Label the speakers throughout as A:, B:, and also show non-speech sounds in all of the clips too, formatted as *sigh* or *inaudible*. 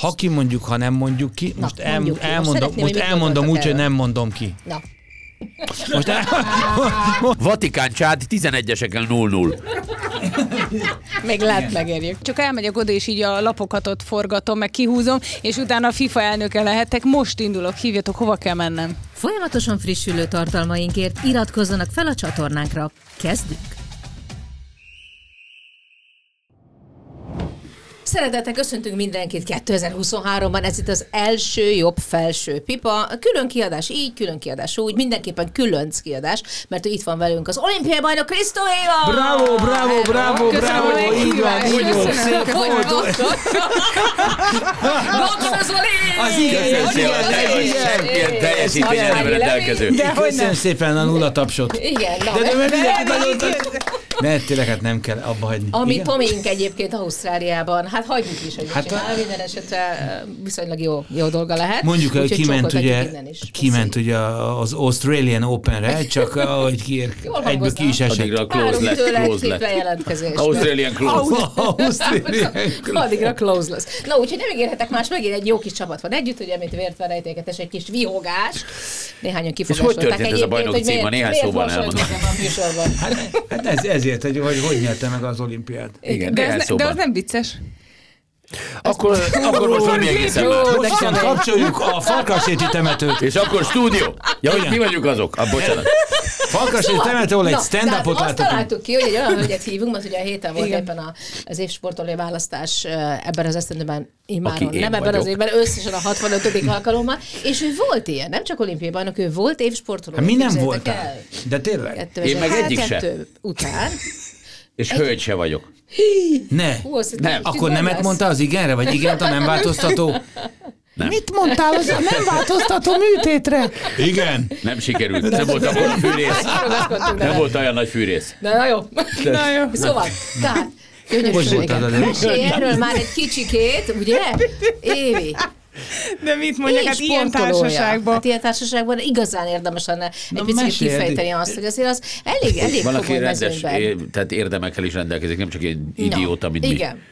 A: Ha kimondjuk, ha nem mondjuk ki,
B: Na,
A: most, el,
B: mondjuk ki. Most
A: elmondom,
B: szeretném,
A: most
B: hogy mit
A: elmondom úgy,
B: gondoltak
A: hogy
B: erről.
A: nem mondom ki.
B: Na,
A: Most el,
C: Vatikán csád 11-esekkel 0-0.
B: még lehet megérjük.
D: Csak elmegyek oda, és így a lapokat ott forgatom, meg kihúzom, és utána a FIFA elnöke lehetek. Most indulok, hívjatok, hova kell mennem.
E: Folyamatosan frissülő tartalmainkért iratkozzanak fel a csatornánkra. Kezdjük!
B: Szeretettel köszöntünk mindenkit 2023-ban, ez itt az első jobb felső pipa. Külön kiadás így, külön kiadás úgy, mindenképpen külön kiadás, mert ő itt van velünk az olimpiai bajnok Krisztó Éva!
A: bravo, bravo, bravo,
B: Köszönöm
A: bravo,
B: a
A: így van,
B: meghívást!
A: így van.
B: Köszönöm,
A: Szép
B: hogy
A: volt. Az igen, az
C: Köszönöm
A: igen,
C: szépen,
A: az
C: teljes-
A: igen.
C: semmilyen teljesítményen nem rendelkező.
A: Köszönöm szépen a nulla tapsot.
B: Igen, na,
A: De
B: de,
A: nem
B: de,
A: mindenkit nagyon Mert tényleg hát nem kell abba hagyni.
B: ami
A: Igen?
B: Tomink egyébként Ausztráliában, hát hagyjuk is, hogy
A: Hát
B: hát csinál, minden esetre eh, viszonylag jó, jó dolga lehet.
A: Mondjuk, hogy
B: Úgyhogy
A: kiment
B: csókoltatjuk
A: ugye,
B: innen is.
A: kiment ugye az Australian Openre, csak ahogy kiér,
B: Jól
A: egyből
B: hangoznak.
A: ki is esett.
C: Addigra close
B: Várunk
C: lett,
B: tőle
C: close
B: két
C: lett.
B: bejelentkezést.
C: Australian close.
B: *laughs*
A: Australian
B: Addigra close lesz. Na úgyhogy nem ígérhetek más, megint egy jó kis csapat van együtt, ugye, mint vértve rejtéketes, egy kis vihogás. Néhányan kifogásolták
C: történt ez a
B: egyébként,
C: bajnok
B: hogy
C: címe?
B: miért-
C: Néhány
B: miért
C: szóban
B: vasoljuk
C: elmondom.
B: ebben a műsorban. Szóval-
A: Hát ez, ezért, hogy, hogy hogy nyerte meg az olimpiát.
C: Igen,
D: De,
C: de
D: ez ne, de az
C: szóban.
D: nem vicces.
C: Akkor, akkor most valami egészen más.
A: Most viszont kapcsoljuk a farkaséti temetőt.
C: És akkor stúdió. Ja, hogy mi vagyunk azok? Ah, bocsánat.
A: Farkaséti temető, ahol
B: Na,
A: egy
B: tehát
A: stand-upot
B: Azt
A: látok.
B: találtuk ki, hogy egy
A: *laughs*
B: olyan hölgyet hívunk, mert ugye a héten volt
D: Igen.
B: éppen a, az évsportolói választás eh, ebben az esztendőben, immáron,
C: Aki én
B: nem ebben az
C: vagyok.
B: évben, összesen a 65. alkalommal, és ő volt ilyen, nem csak olimpiai bajnok, ő volt évsportoló.
A: Hát mi nem
B: Képzeljétek
A: voltál.
B: el.
A: De tényleg?
B: 2002
C: Én meg egyik se.
B: után.
C: És hölgy se vagyok.
A: Ne.
B: Hú, azt
C: Nem.
B: hittem,
A: Akkor
B: hogy
A: nemet
B: lesz.
A: mondta az igenre, vagy igent a nem változtató?
C: Nem.
A: Mit mondtál az a nem változtató műtétre? Hát Igen.
C: Nem sikerült. Nem volt akkor a fűrész.
B: Ragaszkodtunk
C: Nem
B: bele.
C: volt olyan nagy fűrész.
B: Na, na jó.
D: Na jó.
B: Szóval, tehát, Gyöngyös
A: Most
B: Zsói,
A: mondtad
B: igen.
A: az előbb.
B: Mesélj erről már egy kicsikét, ugye? Évi,
D: De mit
B: Én sportolója. Hát ilyen társaságban igazán érdemes lenne egy picit
A: mesélj,
B: kifejteni azt, hogy azért az elég, elég
C: Van, aki
B: komoly
C: rendes,
B: mezőnyben.
C: é, tehát érdemekkel is rendelkezik, nem csak egy
B: Na,
C: idióta, mint mi.
B: Igen.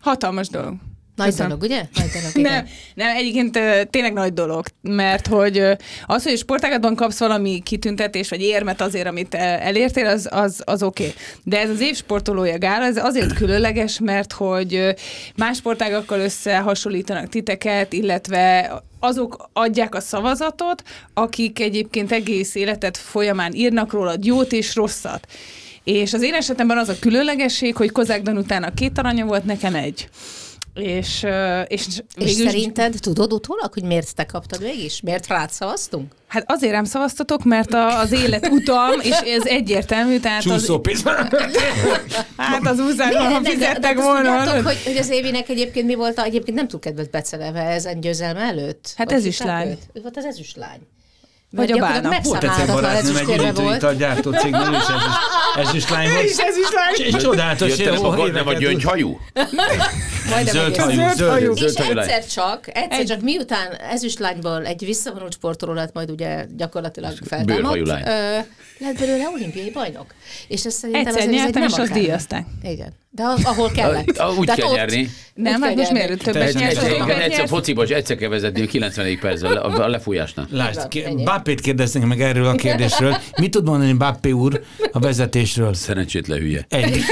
D: Hatalmas dolog.
B: Nagy
D: Köszönöm.
B: dolog, ugye? Nagy dolog, igen.
D: Nem, nem, egyébként ö, tényleg nagy dolog, mert hogy ö, az, hogy sportágatban kapsz valami kitüntetés vagy érmet azért, amit ö, elértél, az, az, az oké. Okay. De ez az év sportolója gála, ez azért különleges, mert hogy ö, más sportágakkal összehasonlítanak titeket, illetve azok adják a szavazatot, akik egyébként egész életet folyamán írnak rólad jót és rosszat. És az én esetemben az a különlegesség, hogy Kozák Danutának két aranya volt, nekem egy. És, ö, és,
B: És
D: végül is
B: szerinted tudod utólag, hogy miért te kaptad mégis? Miért rád szavaztunk?
D: Hát azért nem szavaztatok, mert a, az élet utam, és ez egyértelmű, tehát az,
A: Csúszópénz.
D: hát az úszágon, ha
B: Miért? De- de- de
D: fizettek
B: azt
D: volna.
B: tudjátok,
D: hallod?
B: hogy, hogy az Évinek egyébként mi volt, a, egyébként nem túl kedvet beceleve ezen győzelme előtt?
D: Hát
B: Hogy
D: ezüstlány.
B: hívták őt? Ő volt az ezüstlány.
D: Vagy a bálna.
A: Volt egyszer barátnőm hát egy üdítőit a gyártócégnél, és ez is, ez is lány volt.
D: ez is lány.
A: Egy csodálatos
C: Jöttem,
A: ó,
C: akkor nem a
A: éveket
C: gyöngyhajú?
A: Zöld hajú,
D: Zöld
A: zöld
D: hajú.
A: hajú.
B: És
C: Zöld hajú lány.
B: egyszer csak, egyszer
D: Egy-
B: csak miután ezüstlányból egy visszavonult sportoló lett majd ugye gyakorlatilag
C: bőrhajú
B: feltámadt,
C: lány.
B: ö, lett belőle olimpiai bajnok. És ez szerintem
D: Egyszer
B: azért ez egy
D: nyertem,
B: nem
D: és azt
B: akármi.
D: díjazták.
B: Igen. De a- ahol kellett.
C: Ah, úgy
B: Tehát
C: kell
B: ott-
C: nyerni.
B: úgy
D: Nem, hát
B: kell
D: most
B: nyerni.
D: miért többet
A: Tehát
C: Egy,
D: nyert,
A: egyszer-
D: sokat
C: egyszer, egyszer
D: nyert?
C: fociba, és egyszer kell vezetni a 90. percben a a lefújásnál.
B: Így van,
A: Lásd,
B: ennyi.
A: ké- Bappét kérdeznénk meg erről a kérdésről. Mit tud mondani Bappé úr a vezetésről?
C: Szerencsétlen hülye.
D: *laughs*
A: Egy.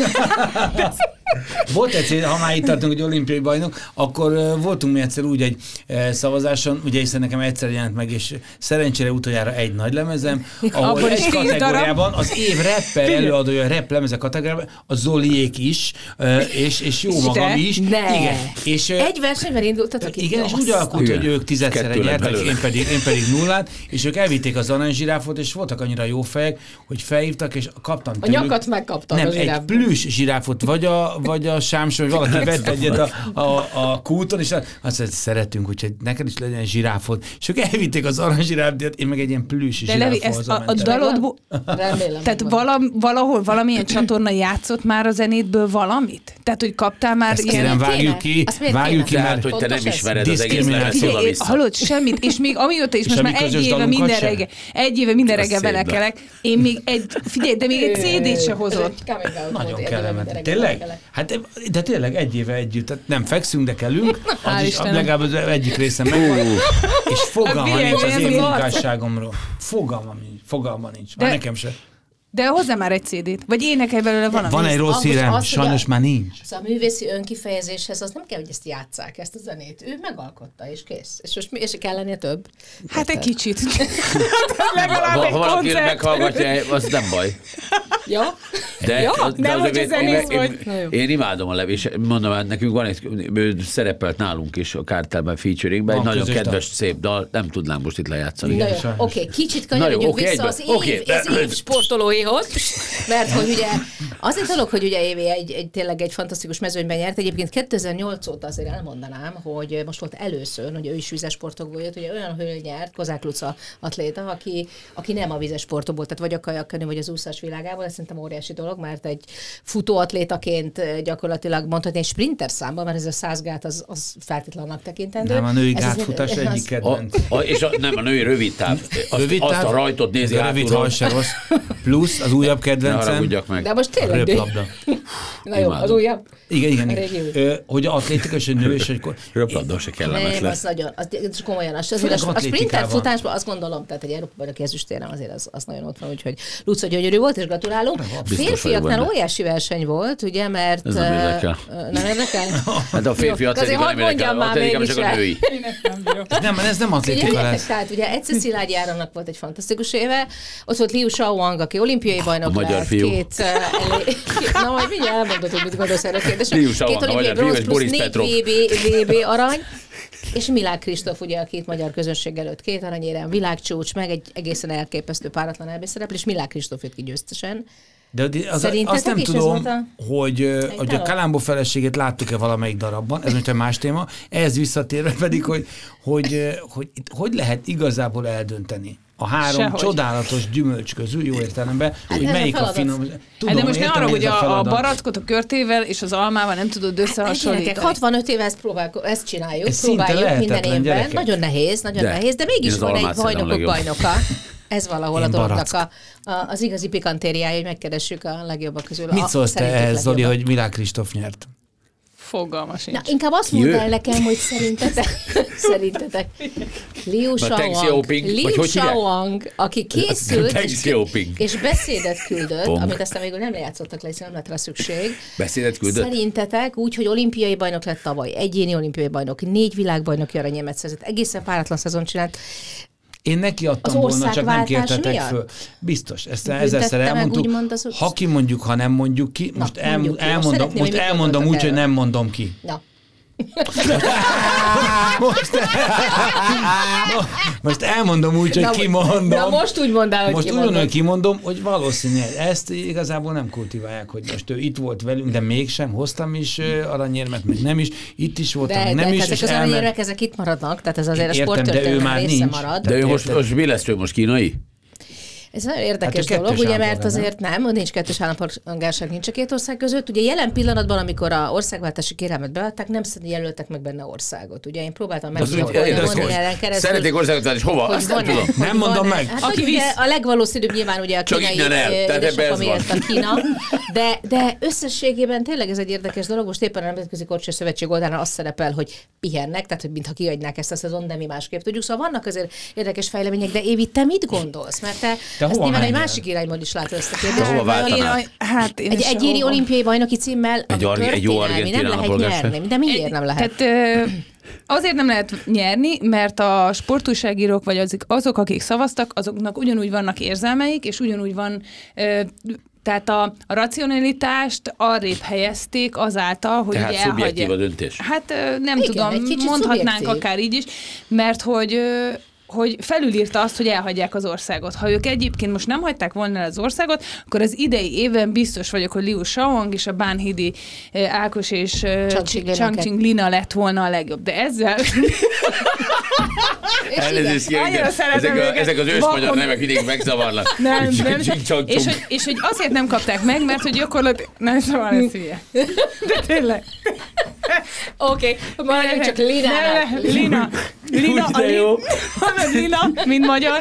A: Volt egyszer, ha már itt tartunk, hogy olimpiai bajnok, akkor ö, voltunk mi egyszer úgy egy ö, szavazáson, ugye hiszen nekem egyszer jelent meg, és szerencsére utoljára egy nagy lemezem, ahol
D: Abból is
A: egy
D: tíz darab.
A: kategóriában az év rapper előadója, a rap lemeze kategóriában, a Zoliék is, ö, és, és jó magam
D: Te?
A: is.
B: Ne.
A: Igen. És, ö,
B: Egy versenyben indultatok itt.
A: Hát igen, és
B: Azt
A: úgy alakult,
C: Igen.
A: hogy ők tizedszer
C: Kettő lett
A: nyertek,
C: belőle.
A: én pedig, én pedig nullát, és ők elvitték az aranyzsiráfot, és voltak annyira jó fejek, hogy felhívtak, és kaptam
B: A
A: tőlük-
B: nyakat megkaptad
A: Nem,
B: a
A: egy
B: zsiráfból.
A: plüss zsiráfot, vagy a, vagy a sámsor, vagy valaki vett egyet a, a, a kúton, és azt mondta, hogy szeretünk, úgyhogy neked is legyen zsiráfot. És ők elvitték az aranyzsiráfot, hát én meg egy ilyen plüss
D: De Levi,
A: zsiráfot
D: ezt a, a dalodból,
B: Remélem.
D: tehát
B: megvan.
D: valam, valahol valamilyen csatorna játszott már a zenétből valamit? Tehát, hogy kaptál már
A: Ezt
D: ilyen...
A: kérem,
B: Tényleg?
A: vágjuk ki,
B: Azt miért
A: vágjuk ki,
B: kéne?
C: Tehát,
A: mert
C: hogy te
B: Pontos
C: nem
B: ez?
C: ismered az egész
A: Diszkrimináció.
C: lemez,
D: Figyelj,
C: oda szóval
D: én,
C: vissza.
D: hallod, semmit, és még amióta is,
A: És
D: most
A: a
D: már
A: mi
D: egy
A: közös
D: éve
A: dalunkat
D: minden
A: sem?
D: reggel, egy éve minden
C: Ez
D: reggel
C: szép
D: belekelek, én még egy, figyelj, de még egy CD-t se
B: Ez
D: hozott.
B: egy coming out volt,
A: nagyon
B: érdemes,
A: kellemetlen.
B: mindenre
A: Tényleg?
B: belekelek.
A: Hát de tényleg egy éve együtt, tehát nem fekszünk, de
B: *laughs*
A: kellünk, az is,
D: Istenem.
A: legalább az egyik része megvan, és fogalma
D: Hát,
A: nincs az
D: milyen
A: én
D: ez volt?
A: munkásságomról. Fogalma nincs, fogalma nincs, már
D: De-
A: nekem se.
D: De hozzá már egy CD-t. Vagy énekelj belőle valamit.
A: Van egy rossz
B: Ahhoz az,
A: hírem,
B: hogy a-
A: sajnos már nincs.
B: Szóval a művészi önkifejezéshez az nem kell, hogy ezt játsszák, ezt a zenét. Ő megalkotta, és kész. És most mi, és kell lennie több?
D: Hát egy
B: Érted?
D: kicsit.
C: *laughs*
D: Hát Legalább
C: Ha
D: egy
C: valaki
D: koncert.
C: meghallgatja, az nem baj.
B: Jó?
C: De,
B: Jó?
C: az-
D: nem,
C: az
D: hogy
C: én-
D: zenész
C: én-
D: vagy.
B: Na jó.
C: Én, én imádom a levés, mondom, hát nekünk van egy, ő szerepelt nálunk is a kártelben featuringben, egy
A: Van
C: nagyon
A: közös
C: kedves, szép dal, nem tudnám most itt lejátszani.
B: Na jó, oké,
A: sajnos.
B: okay, kicsit
C: Na jó,
B: kanyarodjunk
C: oké,
B: vissza
C: egyben.
B: az év,
C: Oké, de-
B: az év sportolóihoz, mert hogy ugye az egy dolog, hogy ugye Évi egy, egy, tényleg egy fantasztikus mezőnyben nyert, egyébként 2008 óta azért elmondanám, hogy most volt először, hogy ő is vizes sportokból jött, ugye olyan hölgy nyert, Kozák Luca atléta, aki, aki nem a vizes sportokból, tehát vagy a kajakkenő, vagy az úszás világából, ez szerintem óriási dolog, mert egy futóatlétaként eh, gyakorlatilag mondhatni egy sprinter számban, mert ez a százgát az, az feltétlannak tekintendő.
A: Nem, a női
B: Ez az-
A: gátfutás
B: ez *laughs* az-
A: egyik
C: A,
A: kedvenc.
C: a, és a, nem, a női rövid táv. Azt,
A: Rövid
C: azt
A: táv?
C: a rajtot nézi
A: De Rövid
C: hátulról.
A: hal se rossz. Plusz az újabb
C: Ne
A: kedvencem.
C: haragudjak meg.
B: De most tényleg nő.
A: Röplabda.
B: Na jó, az
C: Imádom.
B: újabb.
A: Igen, igen.
B: A
A: igen.
B: régi
A: Ö, hogy a atlétika és a nő, és akkor...
C: Röplabda se kellemes
B: Nem, az
C: lesz.
B: nagyon, az, az komolyan, az, azért
A: Főleg
B: az, a sprinter
A: atlétikával.
B: futásban azt gondolom, tehát egy Európában, aki ezüstérem, azért az, az nagyon ott van, úgyhogy Luca gyönyörű volt, és gratulálunk.
C: biztos vagyok
B: Férfiaknál
C: benne.
B: óriási verseny volt, ugye, mert...
C: Ez nem
B: ö,
C: érdekel.
B: ö, Nem érdekel?
C: *laughs* Hát a férfi
B: Jó, azért
C: atlétika
B: hadd
C: nem érdekel,
B: mondjam már
C: atlétika
B: mégis
C: csak a
B: el.
C: női.
A: Ez nem, ez nem atlétika
B: Figyeljetek,
A: lesz.
B: tehát ugye egyszer Szilágyi Áronnak volt egy fantasztikus éve, ott volt Liu Shaoang, aki olimpiai bajnok
C: A magyar
B: lett,
C: fiú.
B: két, eh, elé-
C: *laughs*
B: két- na majd mindjárt elmondod, hogy mit gondolsz erről a kérdésről.
C: Liu Shaoang,
B: Két
C: a
B: olimpiai
C: magyar fiú,
B: bronz
C: és
B: plusz
C: Boris
B: négy
C: Petrov.
B: VB, VB arany, és Milák Kristóf ugye a két magyar közönség előtt két aranyérem, világcsúcs, meg egy egészen elképesztő páratlan elbészereplés, Milák Kristóf jött ki győztesen.
A: De az- az,
B: Szerintetek
A: azt nem
B: is ez
A: tudom,
B: volt a-
A: hogy, ö, hogy a
B: dolog?
A: Kalambó feleségét láttuk-e valamelyik darabban, ez most egy más téma. Ehhez visszatérve pedig, hogy hogy, ö, hogy, itt hogy lehet igazából eldönteni a három
D: Sehogy.
A: csodálatos gyümölcs közül, jó értelemben, hogy
B: Hát ez a
A: melyik a
B: feladat.
A: finom...
D: Hát de most ne
A: értem,
D: arra,
A: ez
D: hogy a, a
A: feladat.
D: barackot a körtével és az almával nem tudod összehasonlítani.
B: Gyerekek, 65 éve ezt, próbálko- ezt csináljuk,
A: Ez szinte
B: próbáljuk minden
A: lehetetlen,
B: évben.
A: gyerekek.
B: Nagyon nehéz, nagyon
C: De.
B: nehéz, de
C: Én
B: mégis
C: az
B: van egy
C: almát szeretem
B: bajnokok
C: legjobban.
B: bajnoka. Ez valahol a
A: Én
B: dolognak a, a, az igazi pikantériája, hogy megkeressük a legjobbak közül. a,
A: Mit szólsz te
B: szerintük
A: ehhez, Zoli,
B: legjobbat.
A: hogy Milák Kristóf nyert?
D: Fogalmas
B: Na,
D: sincs.
B: inkább azt
C: Ki
B: mondd
C: ő?
B: el nekem, hogy
C: *laughs*
B: szerintetek, szerintetek Liu
C: Na, Teng
B: Shaoang,
C: Xiaoping, vagy
B: Liu
C: hogy hívják?
B: Shaoang, aki készült
C: Teng
B: és-
C: Xiaoping.
B: és beszédet küldött,
C: Pong.
B: amit aztán végül nem lejátszottak le, hiszen nem lett rá szükség.
C: Beszédet küldött?
B: Szerintetek úgy, hogy olimpiai bajnok lett tavaly, egyéni olimpiai bajnok, négy világbajnoki aranyémet szerzett, egészen páratlan szezon csinált.
A: Én neki adtam volna, csak nem
B: országváltás
A: kértetek
B: miatt?
A: föl. Biztos, ezt
B: Büntette
A: ezerszer
B: meg,
A: elmondtuk.
B: úgymond az-
A: Ha kimondjuk, ha nem mondjuk ki, most, el,
B: mondjuk ki. Most
A: elmondom,
B: szeretném,
A: most
B: hogy mit
A: elmondom úgy,
B: gondoltak
A: hogy
B: erről.
A: nem mondom ki.
B: Na,
A: Most, most elmondom úgy, hogy
B: Na,
A: kimondom.
B: na most úgy mondd el, hogy
A: Most
B: kimondod.
A: úgy hogy kimondom, hogy valószínűleg ezt igazából nem kultiválják, hogy most ő itt volt velünk, de mégsem, hoztam is ö, aranyérmet, meg nem is, itt is voltam,
B: de,
A: meg nem
B: de
A: is,
B: ezek
A: és
B: az
A: elment.
B: aranyérek, ezek itt maradnak, tehát ez azért
A: Értem,
B: a
A: de ő
B: sporttörténelem
A: már
B: része
A: nincs.
B: marad.
C: De ő most,
A: Érted?
C: most mi lesz ő most kínai?
B: Ez nagyon
A: Hát
B: érdekes
A: a
B: hát dolog,
A: kettős
B: ugye, mert
A: állampolgár,
B: azért nem, nincs kettős állampolgárság, nincs a két ország között. Ugye jelen pillanatban, amikor a országváltási kérelmet beadták, nem jelöltek meg benne országot. Ugye én próbáltam meg
C: Az úgy érdekes. Szeretnék országot látni, és hova? Azt nem tudom.
A: Nem mondom
B: van-e.
A: meg.
B: Hát,
D: Aki
B: hogy ugye
D: visz.
B: a legvalószínűbb nyilván ugye a
C: Csak
B: kínai
C: innen el.
B: ö,
C: Tehát ebben
B: édesapa
C: ez van.
B: miatt a Kína.
C: *laughs*
B: De, de összességében tényleg ez egy érdekes dolog. Most éppen a Nemzetközi Korcső Szövetség oldalán az szerepel, hogy pihennek, tehát hogy mintha kiadnák ezt a szezon, de mi másképp tudjuk. Szóval vannak azért érdekes fejlemények, de Évi, te mit gondolsz? Mert te,
A: Te
B: ezt
A: hova
B: nyilván egy
A: mennél?
B: másik irányból is látod ezt a
C: De
B: kérdést.
C: hova
D: Én,
C: váltanál?
D: a- hát én
B: Egy
D: se
B: egyéni
D: hova.
B: olimpiai bajnoki címmel,
C: Egy
B: egy ami
C: arge- egy jó
B: történelmi, nem
C: argentin
B: lehet
C: állampolgárság.
B: nyerni. De miért nem lehet?
D: Tehát ö, azért nem lehet nyerni, mert a sportújságírók, vagy azok, azok, akik szavaztak, azoknak ugyanúgy vannak érzelmeik, és ugyanúgy van... Ö, tehát a, a racionalitást arrébb helyezték azáltal, hogy
C: Tehát
D: ugye
C: szubjektív
D: elhagyja-
C: a döntés.
D: Hát ö, nem
B: Igen, egy
D: tudom,
B: kicsit
D: mondhatnánk
B: szubjektív.
D: akár így is, mert hogy ö, hogy felülírta azt, hogy elhagyják az országot. Ha ők egyébként most nem hagyták volna el az országot, akkor az idei évben biztos vagyok, hogy Liu Shaoang és a Bánhidi ö, Ákos és ö,
B: Changqing Lina
D: Changqing Lina lett volna a legjobb. De
C: *laughs*
D: ezzel
B: És igen.
C: Elnézést kérek,
D: annyira
C: de
D: szeretem
C: ezek, a,
D: őket.
C: ezek az ősmagyar
D: Vakon-
C: nevek mindig megzavarnak.
D: nem, nem,
C: Csing-csang-csung.
D: és, hogy, és hogy azért nem kapták meg, mert hogy gyakorlatilag... Nem, szóval ez hülye. De tényleg.
B: Oké, maradjunk csak
D: Ne,
B: Linára.
D: Lina. Lina,
C: Úgy
D: a
C: de
D: Lin- *laughs*
C: jó.
D: Hallod, Lina, mint magyar.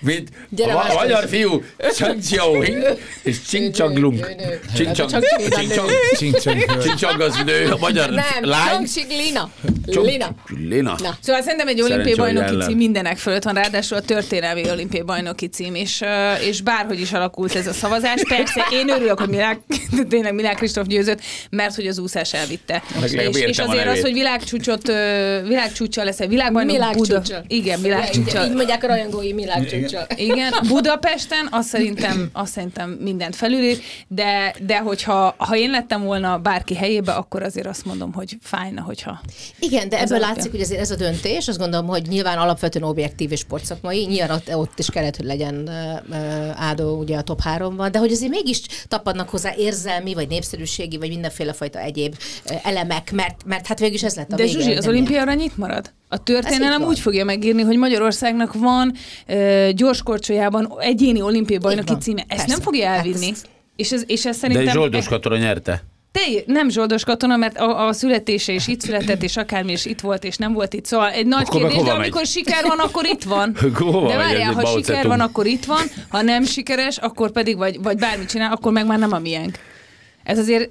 C: Mint
B: Gyere,
C: a ma-
B: Vasas.
C: magyar fiú, Chang Xiaohing és Csincsanglunk.
B: Nő, nő, nő.
C: Csincsang,
B: Hát a Csang Csilla
C: Csincsang, Csincsang az nő, a magyar
B: Nem,
C: lány.
B: Csangsik Lina.
C: Csong-
B: Lina.
C: Lina.
B: Na.
D: Szóval szerintem egy olimpiai
C: Szerencsé, hogy
D: bajnoki
C: ellen.
D: cím mindenek fölött van, ráadásul a történelmi olimpiai bajnoki cím, és, ö, és bárhogy is alakult ez a szavazás. Persze én örülök, hogy Milák, *laughs* tényleg Milák Kristóf győzött, mert hogy az úszás elvitte.
C: legalább
D: és, és
C: értem a
D: azért
C: nevét.
D: az, hogy világcsúcsot, ö, világcsúcsal leszel, világbajnok Buda.
B: Világcsúccsal.
D: Igen,
B: Így, így
D: világcsúcsal.
B: mondják a rajongói világcsúcsal.
D: Igen, Budapesten azt szerintem, azt szerintem mindent felülír, de, de hogyha ha én lettem volna bárki helyébe, akkor azért azt mondom, hogy fájna, hogyha
B: Igen, de ebből
D: alapja.
B: látszik, hogy azért ez a döntés, azt gondolom, hogy nyilván alapvetően objektív és sportszakmai, nyilván ott, ott is kellett, hogy legyen ö, ö, Ádó ugye a top háromban, de hogy azért mégis tapadnak hozzá érzelmi, vagy népszerűségi, vagy mindenféle fajta egyéb ö, elemek, mert, mert hát végül is ez lett a
D: De
B: vége,
D: Zsuzsi, az
B: nem
D: olimpiára nyit marad? A
B: Ez így
D: történelem
B: van.
D: úgy fogja megírni, hogy Magyarországnak van ö, gyorskorcsolyában egyéni olimpiai
B: Így
D: bajnoki
B: van.
D: címe. Ezt
B: Persze.
D: nem fogja
B: Hát
D: elvinni.
B: ezt-
D: És ez, és ez
C: De
D: szerintem...
C: Zsoldos Katora nyerte.
D: Te, nem Zsoldos katona, mert a, a születése is itt született, és akármi is itt volt, és nem volt itt. Szóval egy nagy
C: Akkor meg
D: kérdés, de
C: hova megy?
D: amikor siker van, akkor itt van.
C: *laughs* Hova
D: de
C: megy
D: várjál,
C: ez,
D: ha
C: Mao
D: siker
C: Zedong?
D: van, akkor itt van, ha nem sikeres, akkor pedig, vagy, vagy bármit csinál, akkor meg már nem a miénk. Ez azért,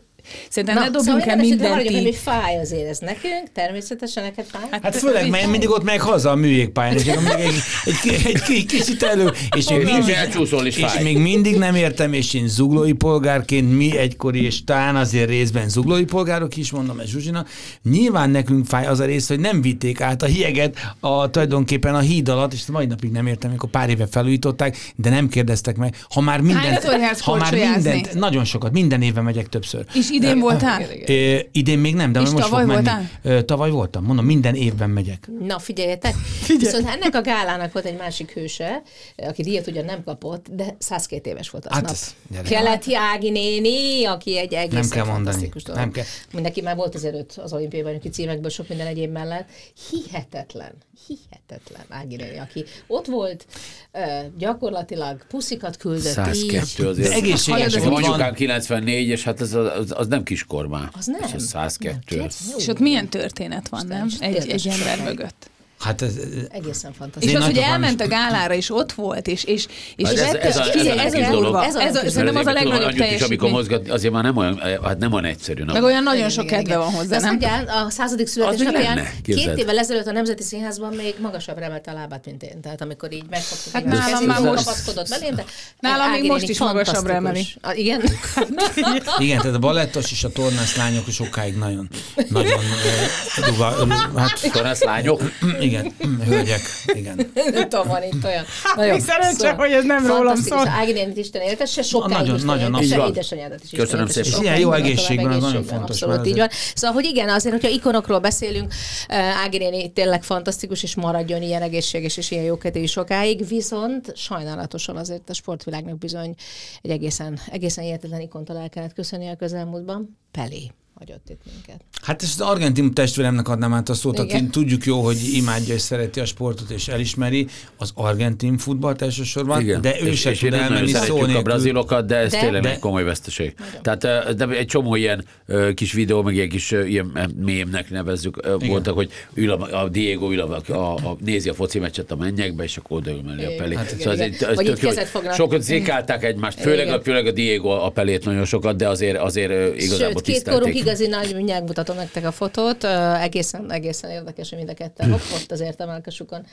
D: szerintem ne dobjunk
B: szóval
D: el
B: minden esetre
D: mindent
B: maradjunk, hogy
D: így.
B: mi fáj azért ez nekünk, természetesen neked fáj. Hát,
A: Hát főleg, mert én mindig ott meg haza a műjégpályán, és akkor még egy, egy, egy, egy kicsit elő, és én
C: És
A: mindig,
C: elcsúszol is
A: és
C: fáj.
A: még mindig nem értem, és én zuglói polgárként, mi egykori, és talán azért részben zuglói polgárok is, mondom ez Zsuzsinak, nyilván nekünk fáj az a rész, hogy nem vitték át a hieget a, tulajdonképpen a híd alatt, és ezt mai napig nem értem, amikor pár éve felújították, de nem kérdeztek meg. Ha már mindent,
D: Hányszor jársz
A: ha már
D: korcsolyázni?
A: mindent, nagyon sokat, minden évben megyek többször.
D: És idén voltál?
A: Ö, idén még nem, de
D: És
A: most
D: tavaly
A: fog menni.
D: voltál?
A: Ö, tavaly voltam, mondom, minden évben megyek.
B: Na figyeljetek, viszont ennek a gálának volt egy másik hőse, aki díjat ugyan nem kapott, de 102 éves volt
A: Hát
B: aznap.
A: ez- gyere.
B: Keleti Ági néni, aki egy egészen
A: Nem kell mondani.
B: fantasztikus dolog.
A: Nem kell.
B: Mindenki már volt az előtt az olimpiai bajnoki címekből, sok minden egyéb mellett. Hihetetlen, hihetetlen Ági néni, aki ott volt, ö, gyakorlatilag puszikat küldött így.
C: 102 azért.
A: De egészséges
C: Nekem
A: volt
C: anyukám
A: van.
C: 94, és hát az, az, az nem kiskor már.
B: Az nem.
C: És az 102.
B: Nem,
D: És ott milyen történet van, nem?
B: Isten,
D: Egy, egy
B: érdekes
D: ember
B: meg.
D: mögött.
A: Hát ez,
B: Egészen fantasztikus.
D: És
A: én
D: az, hogy
A: nagyobb van
D: elment
A: is.
D: a gálára, és ott volt, és, és, és
C: Hát ez-
D: vette-
C: ez a- ez a
D: figyelj,
C: legkis
D: ez a
C: dolog.
D: durva.
B: Ez a
D: Ez a-
B: legkis
D: Szerintem az a
C: Mert egyébként
D: legnagyobb
C: anyut is, amikor
D: teljesítmény.
C: mozgat, azért már nem olyan, hát nem olyan egyszerű. Na.
D: Meg olyan nagyon sok
B: Igen,
D: kedve
B: igen.
D: van hozzá,
B: De azt
D: nem?
B: mondjál, a századik
C: Az
B: születésnapján
C: még lenne, képzeld.
B: két évvel ezelőtt a Nemzeti Színházban még magasabbra emelte a lábát, mint én. Tehát amikor így megfogtuk,
D: Hát
B: így a
D: nálam
B: kezét,
D: már
B: így
D: most-
B: kapaszkodott belém, de
D: Nálam még
B: Ági
D: most
B: néni
D: is magasabbra
B: fantasztikus. Ah,
D: *laughs*
B: igen?
A: igen, tehát a balettos és a tornász lányok sokáig nagyon, nagyon ö, duga, ö, hát
C: Tornász lányok?
A: igen, hölgyek, igen.
B: *laughs* nem tudom, van itt
D: *laughs*
B: olyan.
D: még szerencse, Hát, hogy ez nem rólam
B: fantasztikus.
D: szól.
B: Ági nénit Isten élte, se
A: A
B: sokáig
A: nagyon-
B: Isten
A: nagyon-
B: élte,
C: így
B: se
C: van.
B: édesanyádat is
C: Köszönöm
B: Isten élte, se
C: szépen.
A: És
B: sokáig
A: ilyen jó
B: édelt,
A: egészségben,
B: tovább
A: az nagyon
B: egészségben.
A: fontos,
B: Abszolút
A: mert
B: így
A: ez
B: van. Szóval, hogy igen, azért, hogyha ikonokról beszélünk, eh, Ági néni tényleg fantasztikus, és maradjon ilyen egészséges és ilyen jókedvű sokáig, viszont sajnálatosan azért a sportvilágnak bizony egy egészen, egészen hihetetlen ikont alá kellett köszönni a közelmúltban. Pelé hagyott itt minket.
A: Hát és az argentin testvéremnek adnám át a szót,
B: Igen.
A: aki tudjuk jó, hogy imádja és szereti a sportot és elismeri az argentin futballt elsősorban,
C: Igen.
A: de ő
C: és,
A: se
C: és
A: tud
C: én nem
A: elmenni
C: nagyon
A: szó
C: szeretjük
A: nélkül.
C: a brazilokat, de ez
B: De-
C: tényleg
A: de-
C: egy komoly veszteség. Tehát ö, de egy csomó ilyen ö, kis videó, meg ilyen kis ö, ilyen ö, mémnek nevezzük, ö, voltak, hogy ül a, a Diego ül a, a, a, nézi a foci meccset a mennyekbe, és akkor odaül mellé a Pelé.
B: Igen, Hát
C: szóval ez
B: igen.
C: egy, ez
B: Vagy
C: tök
B: így
C: jó,
B: kezet
C: hogy
B: fognak.
C: Sokat zikálták egymást, főleg,
B: Igen.
C: a, főleg a Diego a Pelét nagyon sokat, de azért, azért ö, igazából
B: Sőt, két
C: tisztelték.
B: korunk igazi nagy, mindjárt mutatom nektek a fotót, Ö, egészen, egészen érdekes, hogy mind a
C: *laughs*
B: ketten hopp, ott azért a melkasukon.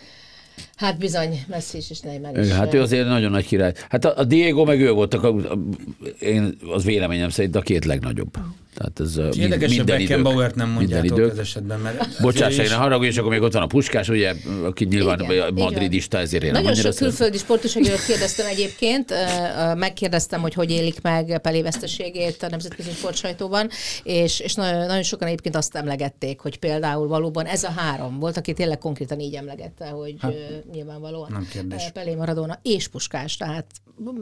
B: Hát bizony, messzi is, és Neymar is.
C: Hát ő azért nagyon nagy király. Hát a, a Diego meg ő voltak, a, a, én az véleményem szerint a két legnagyobb. Tehát ez ö, mind-
A: Érdekes, hogy
C: minden
A: Beckenbauert
C: idők.
A: nem
C: Minden
A: mondjátok
C: idők.
A: ez esetben, mert...
C: Bocsáss,
A: azért
C: én
A: is-
C: ne haragudj, és akkor még ott van a Puskás, ugye, aki nyilván
B: Igen,
C: a
B: így van.
C: madridista, ezért én nem
B: Nagyon
C: annyira
B: sok
C: szeretem.
B: külföldi sportúságért kérdeztem egyébként, Ö, ö, megkérdeztem, hogy hogy élik meg Pelé veszteségét a nemzetközi sportsajtóban, és, és nagyon, nagyon sokan egyébként azt emlegették, hogy például valóban ez a három volt, aki tényleg konkrétan így emlegette, hogy hát, nyilvánvalóan
A: nem kérdés.
B: ö, Pelé Maradona és Puskás, tehát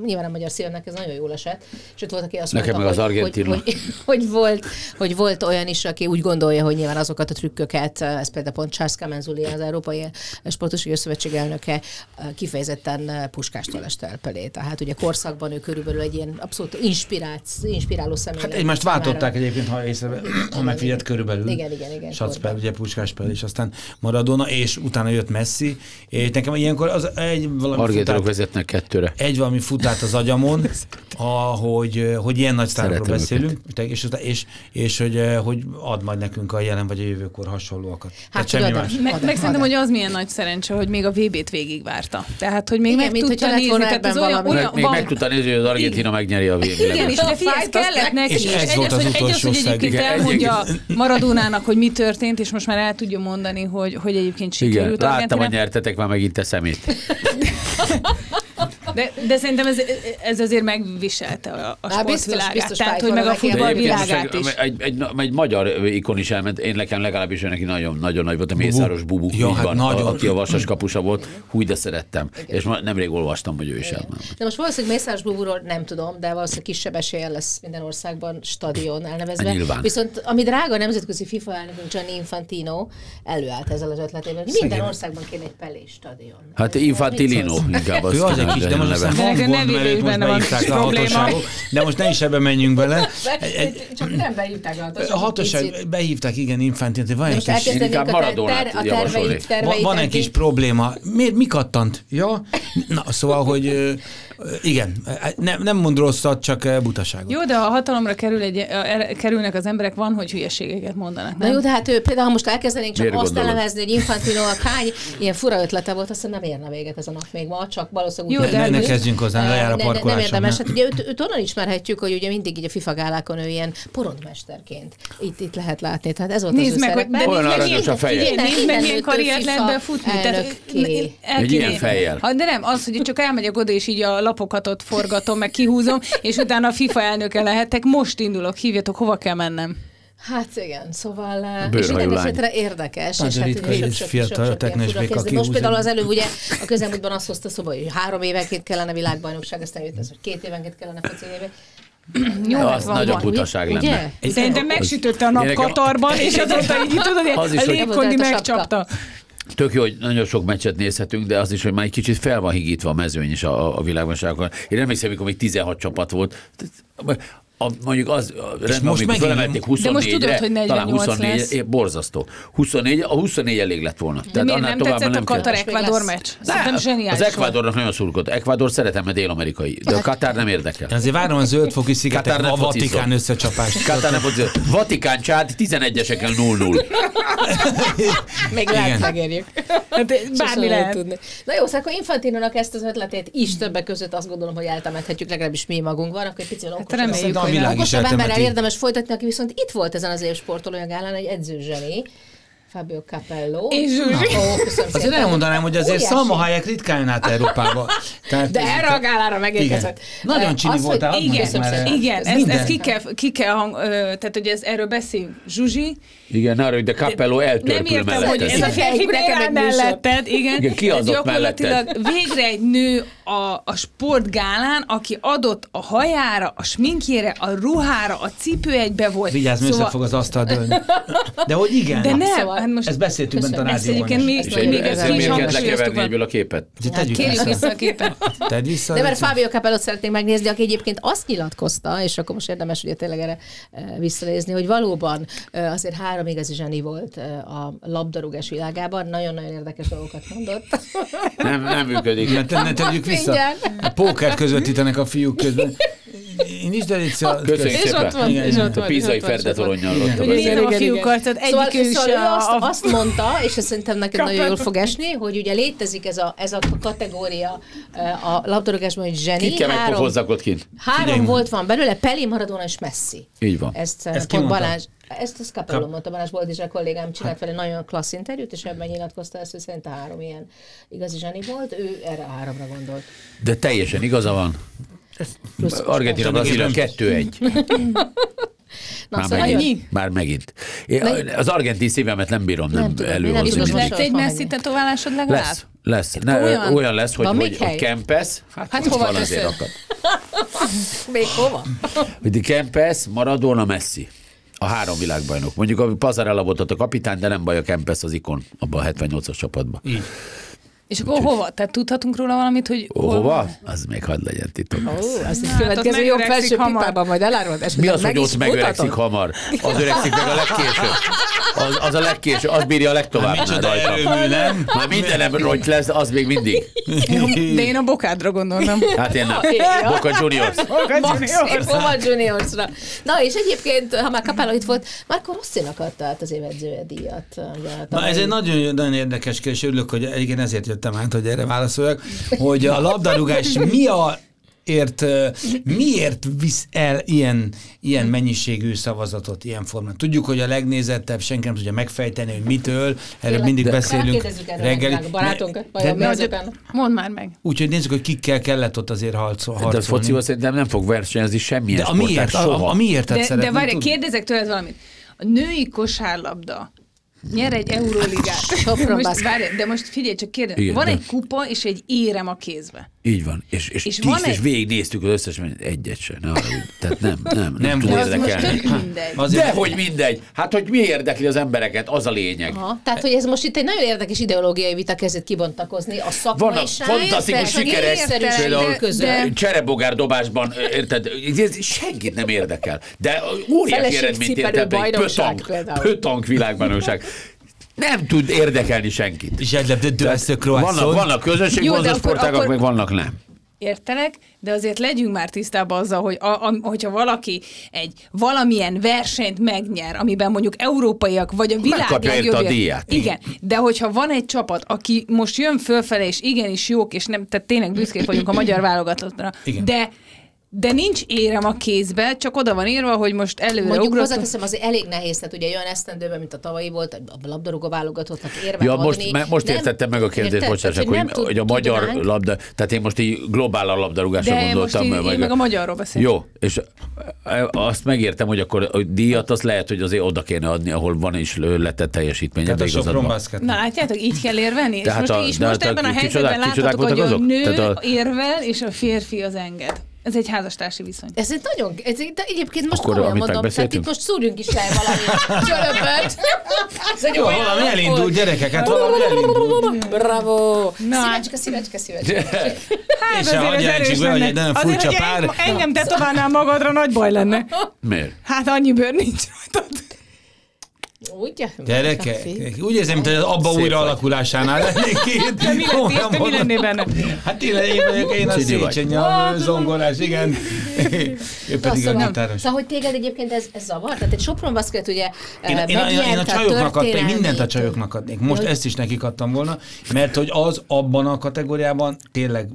B: nyilván a magyar szívemnek ez nagyon jól esett, sőt volt, aki azt
C: Nekem
B: mondta,
C: meg az
B: hogy, *laughs*
C: Argentina.
B: hogy, hogy, hogy volt, hogy volt olyan is, aki úgy gondolja, hogy nyilván azokat a trükköket, eh, ez például pont Charles Kamenzuli, az Európai Sportos Szövetség elnöke eh, kifejezetten eh, puskástól este elpelé. Tehát ugye korszakban ő körülbelül egy ilyen abszolút inspiráció, inspiráló személy.
A: Hát
B: lett
A: egymást
B: számára.
A: váltották egyébként, ha, észre, ha megfigyelt körülbelül.
B: Igen, igen, igen,
A: Schatzper,
B: korban.
A: ugye Puskáspel, és aztán Maradona, és utána jött Messi. És nekem ilyenkor az egy valami
C: Argétorok
A: futát,
C: vezetnek kettőre.
A: egy valami futát az agyamon, ahogy, hogy ilyen nagy sztárokról
C: Szeretem
A: beszélünk, te- és, utána- és, és hogy, hogy ad majd nekünk a jelen vagy a jövőkor hasonlóakat. Hát,
B: hogy
A: semmi
B: ad-
A: más.
D: Meg,
B: Adek,
D: meg
B: adek.
D: szerintem, hogy az milyen nagy szerencse, hogy még a VB-t végigvárta. Tehát, hogy még
B: Igen,
D: meg
B: mint
D: tudta
B: hogyha lett
D: nézni.
B: volna
D: tehát
B: ebben
D: ez olyan,
B: valami.
D: olyan,
C: Meg, még meg tudta nézni, hogy az Argentina megnyeri a vb
D: Igen, és ugye figyelj, ez
B: Fájt, azt
D: kellett neki.
A: És
D: is.
A: ez
D: Egy
A: volt
D: az,
A: az
D: hogy- egy az,
A: utolsó
D: hogy egyébként
C: szeg. Igen,
D: elmondja Maradónának, hogy mi történt, és most már el tudja mondani, hogy, hogy egyébként
C: Igen,
D: sikerült
C: láttam, hogy
D: Argentinát.
C: nyertetek már megint te szemét.
D: De, de szerintem ez, ez azért megviselte a, a
B: Á, biztos,
D: sportvilágát.
B: biztos
D: Tehát, hogy
B: fájt
D: meg a
B: volna neki.
D: futball
B: De
C: egyébként
D: világát
C: most
D: is.
C: Egy, egy, egy, egy, magyar ikon is elment, én nekem legalábbis ő neki nagyon-nagyon nagy volt, a Mészáros Bubu,
A: Ja,
C: így
A: hát
C: van,
A: nagyon.
C: A, aki a vasas kapusa volt, húj, de szerettem. És ma nemrég olvastam, hogy ő is elment.
B: De most valószínűleg Mészáros Búbúról nem tudom, de valószínűleg kisebb eséllyel lesz minden országban stadion elnevezve.
C: Nyilván.
B: Viszont ami drága a nemzetközi FIFA elnökünk Gianni Infantino előállt ezzel az ötletével, hogy minden országban kéne egy pelés stadion.
C: Hát
B: Ez- ez mit
C: Infantino
B: szólsz?
C: inkább azt
A: Ő az egy kis, de most aztán van
D: De
A: gond,
D: nekem
A: mert
D: nevében
A: őt most
D: van
A: beírták a
D: probléma.
A: hatóságok, de most ne is ebbe menjünk
B: *laughs*
A: bele.
B: Egy, egy, csak nem beírták a hatóságot.
A: A hatóság, behívták, igen, Infantino, de van egy
B: Most
A: kis
B: elkezdenénk
C: inkább
B: a ter-
C: Maradonát
B: ter- a
C: javasolni.
B: terveit, terveit.
A: Van, van egy
B: eddig.
A: kis probléma. Miért mi kattant? Ja? Na, szóval, hogy ö, ö, igen, nem, nem mond rosszat, csak ö, butaságot.
D: Jó, de ha a hatalomra kerül egy, er- kerülnek az emberek, van, hogy hülyeségeket mondanak.
B: Na
D: nem?
B: jó, de hát ő például, ha most elkezdenénk csak
C: Miért
B: azt
C: gondolod?
B: elemezni, hogy Infantino a *laughs* hány ilyen fura ötlete volt, azt hiszem nem érne véget ez a nap még ma, csak valószínűleg
D: Jó,
B: úgy
D: de
B: kerül.
D: ne- ne
A: kezdjünk hozzá,
B: hát- Ne-
A: lejár a
B: ne- ne- Nem
A: parkolásom,
B: érdemes,
A: ne.
B: hát ugye *laughs* őt, őt onnan ismerhetjük, hogy ugye mindig így a FIFA gálákon ő ilyen porondmesterként itt, itt lehet látni, tehát ez volt az ő
D: Nézd meg, hogy,
B: szerepe.
D: de
C: Olyan
D: nézd meg,
C: aranyos
D: milyen,
C: a feje.
D: figyelj, nézd meg, milyen
B: Minden
D: karriert
B: FIFA
D: lehet befutni. Tehát,
B: elnökké.
D: elkéne-
C: Egy ilyen fejjel.
D: Ha, de nem, az, hogy csak elmegyek oda, és így a lapokat ott forgatom, meg kihúzom, és utána a FIFA elnöke lehetek. Most indulok, hívjatok, hova kell mennem.
B: Hát igen, szóval eh, és
C: bőrhajú
B: minden
C: lány.
B: esetre érdekes.
A: Nagyon
B: és hát
A: ritka
B: ugye
A: és
B: sok-sok-
A: fiatal
B: sok-sok ilyen
A: teknős
B: fura
A: béka
B: kezdet. Most
A: kihúzó.
B: például az előbb ugye a közelmúltban azt hozta szóba, hogy három évenként kellene világbajnokság, aztán jött ez, hogy két évenként kellene foci éve.
D: Jó,
C: Az
D: van,
C: nagyon
D: van.
C: butaság
B: Ugye?
C: lenne.
D: Szerintem megsütötte a nap
C: Én nekem-
D: Katarban, és azóta így tudod, ilyen-
C: Az is,
D: a
C: hogy-
B: Ez
D: légkondi
B: volt a
D: megcsapta.
C: Tök jó, hogy nagyon sok meccset nézhetünk, de az is, hogy már egy kicsit fel van higítva a mezőny is a, a- a világbajnokságon. Én emlékszem, amikor még 16 csapat volt. Tehát, A, mondjuk az, a rendben,
A: most
C: amikor
A: megint-
C: felemelték 24-re,
D: De most tudod, hogy 48
C: talán 24
D: lesz.
C: é, borzasztó. 24, a 24 elég lett volna.
D: De miért
C: Hát annál
D: nem
C: tovább
D: tetszett a
C: kellett.
D: Katar-Ekvador
B: Most még
D: meccs? Szerintem zseniális Hát-
C: Az Ekvádornak nagyon szurkod. Ekvádor szeretem, mert dél-amerikai, de a Katár nem
A: Én
B: hát-
C: érdekel.
A: Azért várom a zöld fokű szigetek,
C: Katár nem
A: a
C: focizom.
A: Vatikán
B: *laughs*
A: összecsapást.
C: Katár nem focizik. Vatikán, Csád 11-esekkel 0-0.
B: Még lehet
A: Igen.
B: megérjük.
D: Hát,
B: Sosem
D: Bármi lehet.
B: tudni. Na jó, szóval akkor Infantinónak ezt az ötletét is többek között azt gondolom, hogy eltemethetjük legalábbis mi magunk van, akkor egy picit okosabb,
D: reméljük,
A: Szerintem Hát a
D: hogy
A: világ is
B: okosabb emberrel
A: eltemeti.
B: érdemes folytatni, aki viszont itt volt ezen az évsportolója gálán, egy edzőzseni, Fabio Capello.
D: És Zsuzsi.
B: Ó, köszönöm
A: Azért
B: szépen.
A: elmondanám, hogy azért
B: Óriási.
A: Szalma Hayek ritkán jön át Európába. Tehát,
B: *laughs* De erre a gálára megérkezett.
A: Igen. Nagyon
B: Eh,
A: csini
B: az, hogy
A: voltál, hadd
B: Igen,
A: mondjad már el.
D: Igen,
A: Ez
D: ezt,
A: minden.
D: ezt ki kell, ki kell hang, ö, tehát hogy ez, erről beszélünk. Zsuzsi,
C: Igen, arra, hogy de Capello
D: nem
C: eltörpül
D: értem, hogy
C: mellette.
D: ez a
B: Igen.
D: férfi
B: Elhívnak ebben
D: miért áll
B: műsor.
D: melletted, igen.
C: Igen, ki az
D: De
C: ott
D: gyakorlatilag
C: melletted?
D: végre egy nő a, a sportgálán, aki adott a hajára, a sminkjére, a ruhára, a cipő egybe volt. Szóval-
A: Vigyázz, mi össze fog az asztal dölni. De hogy igen.
D: De nem,
B: Szóval-
D: hát most
A: Ezt beszéltünk bent a
D: ezt
A: rádióban
D: egyébként
A: is.
D: mi,
C: És
B: Ezt nagyon
C: egy,
D: még
B: igazán
D: ezt
C: ezért
D: mi is
C: miért kellett
D: hangsúlyoztuk.
C: lekeverni
D: a-
C: ebből a képet?
A: De tegyük
D: Kérjük
A: vissza.
D: vissza a képet.
A: Tedd vissza.
B: De mert
A: Laci.
B: Fábio Capellot szeretnénk megnézni, aki egyébként azt nyilatkozta, és akkor most érdemes ugye tényleg erre e, visszanézni, hogy valóban e, azért három igazi zseni volt e, a labdarúgás világában, nagyon-nagyon érdekes dolgokat mondott.
C: Nem, nem működik.
A: Ne, te- ne tegyük vissza.
B: Mindjárt.
A: A póker közvetítenek a fiúk közben. Én is, de egyszer...
B: *laughs*
C: Köszönjük
B: És ott van,
C: szépen.
A: Igen,
B: és
A: igen.
B: ott
C: A
B: van.
C: pízai
B: és ott van, és ott van.
C: ferdetoronyjal ott a
D: Ugye
C: vezér.
D: nézem a fiúk arcot,
B: Szóval,
D: egyik ő is
B: szóval ő azt,
D: a, a
B: azt mondta, és ez szerintem neked nagyon jól fog esni, hogy ugye létezik ez a, ez a kategória e, a labdarúgásban, hogy zseni.
C: Kit kell
B: három,
C: megpofozzak ott kint?
B: három volt van belőle, Peli, Maradona és Messi.
C: Így van.
B: Ezt,
A: Ezt
B: ezt
A: ki
B: pont
A: mondta?
B: Balázs, ezt az Capello mondta, Balázs Boldizsa kollégám csinált
A: Hát-
B: vele nagyon klassz interjút, és ebben nyilatkozta ezt, hogy szerint a három ilyen igazi zseni volt, ő erre a háromra gondolt.
C: De teljesen igaza van. Argentina, Brazília 2-1.
B: Na,
C: Már
B: szóval nagyon...
C: megint. Már megint. Én Az argentin szívemet nem bírom nem,
B: tudom, én nem
C: előhozni.
B: tudom,
D: És
C: mindig.
D: lett egy
B: Van
D: messzi
B: ennyi.
D: tetoválásod legalább?
C: Lesz, lesz. Ne, ö,
D: komolyan?
C: olyan lesz, hogy,
B: Van még
C: hogy a
B: hely?
C: Kempes, hát,
D: Hát
C: ott
D: hova
C: van azért
D: teszed?
C: akad.
B: Még hova?
C: Hogy a Kempes, Maradona, Messi. A három világbajnok. Mondjuk a Pazarella volt ott a kapitány, de nem baj, a Kempes az ikon abban a 78-as csapatban.
A: Így.
D: És akkor hova? Tehát tudhatunk róla valamit, hogy
C: Ó, Hova? Az még hadd legyen titok.
B: Ó, azt egy
D: Hát ott
B: következő jobb
D: megöregszik
B: felső
D: hamar.
B: pipában majd elárulod, és
C: Mi
B: utána
C: az, hogy
B: is
C: ott megöregszik
B: mutatod?
C: hamar? Az öregszik meg a legkésőbb. Az, az a legkésőbb, az bírja a legtovább. már
A: Micsoda
C: rajta.
A: erőmű, nem?
C: Már mindenem rongy lesz, az még mindig.
D: De
C: *laughs*
D: én a bokádra gondolom.
C: Hát én nem.
B: Ja.
C: Boca Juniors.
B: Maxim Poma Juniorsra. Na és egyébként, ha már Kapáló itt volt, Marco Rosszinak adta át az évedzője díjat. ugye, a
A: Na,
B: tavalyi-
A: ez egy nagyon, nagyon érdekes kérdés, örülök, hogy egyébként ezért jöttem át, hogy erre válaszoljak, hogy a labdarúgás mi a Ért, miért visz el ilyen, ilyen mennyiségű szavazatot ilyen formán? Tudjuk, hogy a legnézettebb, senki nem tudja megfejteni, hogy mitől, erről
B: Tényleg,
A: mindig
B: de-
A: beszélünk
B: Rákérdezzük erre
A: reggel.
B: meg a barátunkat,
A: Ne-
B: vajon mi
A: ne-
B: az oka?
D: Mondd már meg.
A: Úgyhogy nézzük, hogy kikkel kellett ott azért harcol,
C: De
A: harcolni.
C: a focival szerintem nem fog versenyezni semmilyen
A: de a miért?
C: sportág
A: A,
C: soha.
A: a miért
D: De, de
A: szeretném
D: várj,
A: tudni?
D: kérdezek tőled valamit. A női kosárlabda nyer egy euróligát.
B: Sopron
D: most,
B: basket.
D: várj, de most figyelj csak, kérdez,
C: Igen,
D: van
C: de-
D: egy kupa és egy érem a kézbe.
C: Így van. És, és,
D: És
C: és,
D: van
C: tíz, és
D: egy-
C: végignéztuk az összes, mert egyet sem. Ne haragudj. Tehát nem, nem,
A: Nem
C: nem,
A: volt.
C: tud
D: De az most
C: érdekelni.
D: tök mindegy.
A: Azért-
C: De hogy mindegy. Hát, hogy mi érdekli az embereket, az a lényeg.
B: Aha, tehát, hogy ez most itt egy nagyon érdekes ideológiai vita kezdett kibontakozni a szakmai
C: Vannak
B: sár-
C: fantasztikus
B: persze,
C: sikerek,
B: népszerűség
C: például
B: között.
C: de... cserebogár dobásban, érted, ez senkit nem érdekel, de óriási
B: Feleség
C: eredményt
B: cipelő
C: ért ebbe egy
B: bajnokság
C: pötank,
B: például.
C: pötank világbajnokság. Nem tud érdekelni senkit.
A: Zseblepte dőlsz a
C: Vannak,
A: croissant.
C: vannak
D: Jó, de
C: közösségvonzó
D: akkor-
C: sportágak,
D: akkor-
C: meg vannak nem.
D: Értelek, de azért legyünk már tisztában azzal, hogy a, a, hogyha valaki egy valamilyen versenyt megnyer, amiben mondjuk európaiak vagy a világ
C: Megkapja érte a
D: legjobbjai-
C: díjat.
D: Igen, de hogyha van egy csapat, aki most jön fölfele, és igenis jók, és nem, tehát tényleg büszkék vagyunk a magyar válogatottra,
A: Igen.
D: de de nincs érem a kézbe, csak oda van írva, hogy most előre
B: Mondjuk
D: ugrottunk.
B: hozzáteszem, azért elég nehéz, tehát ugye olyan esztendőben, mint a tavalyi volt, a labdarúgó válogatottnak érve
C: Ja, most, me- most értettem meg a kérdést, bocsássák, hogy, hogy a magyar labda, tehát én most így globál a labdarúgásra
D: De
C: gondoltam.
D: most így- én meg a magyarról beszélek.
C: Jó, és azt megértem, hogy akkor a díjat azt lehet, hogy azért oda kéne adni, ahol van is letett teljesítmény.
A: Tehát a
C: ebbe igazad
A: Sopron
C: van.
A: basket.
D: Na látjátok, így kell érvelni?
C: Tehát
D: és
C: a-
D: most, és
C: de
D: most
C: hát a
D: ebben a
C: kicsodák-
D: helyzetben
C: kicsodák
D: láttátok, hogy
C: voltak
D: a
C: azok?
D: nő
C: Tehát a-
D: érvel, és a férfi az enged. Ez egy házastársi viszony.
B: Ez egy nagyon, ez egy, de egyébként most
C: Akkor,
B: Akkor,
C: amit
B: mondom, tehát itt
C: megbeszéltünk?
B: most szúrjunk is le
C: *laughs*
B: valami csöröpöt. ez egy
A: Jó, valami
B: alap
A: elindult,
B: volt.
A: gyerekek, hát valami elindult.
B: Bravo!
D: Na.
B: Szívecske, szívecske, szívecske.
D: Hát
A: És ha hagyj jelentsük be, hogy egy nagyon
D: Azért,
A: furcsa
D: hogy
A: pár-
D: en- Engem tetoválnál magadra, nagy baj lenne.
C: Miért?
D: Hát annyi bőr nincs rajtad.
B: Ugye?
A: Gyerekek, úgy érzem, mint hogy az abba
C: Szép
A: újra
C: vagy.
A: alakulásánál lennék én.
D: Te mi lennél, te mi lennél benne?
A: Hát tényleg én vagyok, én a
C: Cigi vagy.
A: Széchenyi, a zongorás, igen. Ő pedig a
B: Na, szóval-
A: gitáros.
B: Szóval, hogy téged egyébként ez, ez zavar? Tehát egy Sopron Basket ugye
A: Én,
B: eh,
A: én, a- én, a- én a
B: megjelent
A: csajoknak adtam, én
B: történelmi-
A: mindent a csajoknak adnék. Most ezt is nekik adtam volna, mert hogy az abban a kategóriában tényleg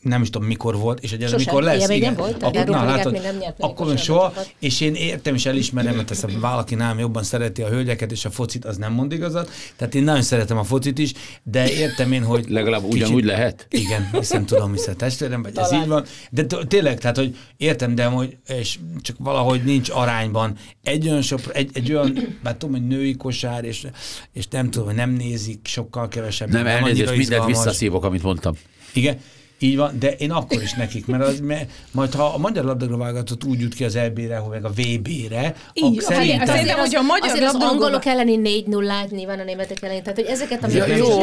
A: nem is tudom mikor volt, és hogy ez
B: Sosem.
A: mikor lesz.
B: Ilyen még nem volt?
A: Akkor,
B: Erről
A: na,
B: kollégák
A: látod,
B: még nem nyert még
A: akkor
B: kosárlabda
A: még soha,
B: csapat.
A: és én értem és elismerem, mert ezt valaki nálam jobban szereti a hölgyeket, és a focit az nem mond igazat. Tehát én nagyon szeretem a focit is, de értem én, hogy...
C: Legalább
A: kicsit-
C: ugyanúgy lehet?
A: igen, hiszen tudom, hiszen testvérem vagy, ez így van. De t- tényleg, tehát, hogy értem, de hogy, és csak valahogy nincs arányban. Egy olyan, sopra, egy, egy olyan bár tudom, hogy női kosár, és, és nem tudom, hogy nem nézik, sokkal kevesebb.
C: Nem, elnézést,
A: annyira
C: mindent
A: izgalmas.
C: visszaszívok, amit mondtam.
A: Igen, így van, de én akkor is nekik, mert, az, mert majd ha a magyar labdarúgó válogatott úgy jut ki az EB-re, hogy meg a VB-re,
D: Így,
A: akkor
D: hát
A: szerintem...
D: azért- Szerintem, hogyha a magyar
B: azért az
D: labdarúgó-
B: angolok elleni 4 0 nyilván a németek elleni, tehát hogy ezeket a
C: Ja,
A: jó, jó,
B: Jó,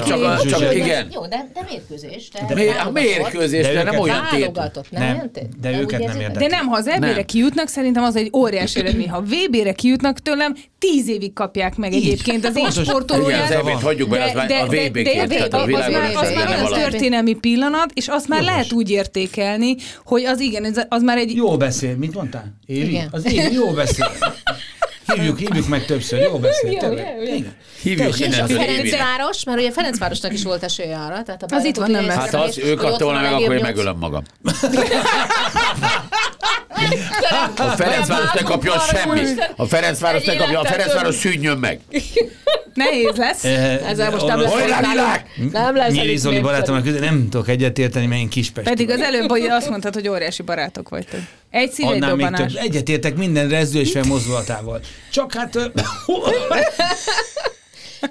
A: csak a- csak
C: igen.
B: Jó, de, de mérkőzés. De,
A: De
C: Mi, a
B: válogatott.
C: mérkőzés, de,
A: De
C: nem
A: őket-
C: olyan tét.
B: Válogatott, nem,
A: Nem,
B: olyan tét?
A: de őket
B: úgy
A: nem
B: érzitek?
D: De
A: érdekel.
D: nem, ha az EB-re
C: Nem.
D: kijutnak, szerintem az egy *clears throat* óriási eredmény. Ha VB-re kijutnak tőlem, tíz évig kapják meg
A: Így.
D: egyébként az én
A: Pontos.
C: Igen,
D: sportolóját.
C: az
A: Ugye?
C: ebét hagyjuk be, az már a vb
D: de,
C: kért,
D: de,
C: tehát
D: de,
C: a
D: az már, az
C: világbajnokság
D: már
C: lenne
D: olyan
C: valami.
D: történelmi pillanat, és azt már lehet úgy értékelni, hogy az igen, ez- az már egy...
A: Jó beszél, mit mondtál? Évi?
B: Igen.
A: Az Évi jó beszél. Hívjuk, hívjuk meg többször, jó beszél,
B: Jó,
A: tényleg.
B: jó, jó.
A: Igen.
C: Hívjuk
B: És
C: innen
B: a
C: az évére.
B: Ferencváros, mert ugye Ferencvárosnak is volt esélye arra. Tehát a
D: Az itt van, nem
B: bajnokok
D: lesz.
B: ügyészre
C: Hát ha az
B: néz,
C: ő
B: hogy ott
C: kapta volna
B: van a
C: meg, akkor én
B: legjobb
C: megölöm magam.
B: nyolc.
C: A Ferencváros ne kapjon semmit. A Ferencváros ne kapjon, a Ferencváros szűnjön meg.
D: Nehéz lesz.
A: Eh,
B: Ezzel most nem lesz.
A: orosz-
C: Hajrá, világ!
B: Nem lesz.
A: Nyíri
B: elég
A: Zoli
B: népszerű.
A: barátomnak közül nem tudok egyetérteni, mert én kispesti
D: Pedig az
A: vagyok.
D: előbb hogy azt mondtad, hogy óriási barátok vagytok. Egy szív, egy
A: Annál még több.
D: dobbanás.
B: *laughs*
A: Egyetértek minden rezdő és fel mozdulatával. Csak hát... ö,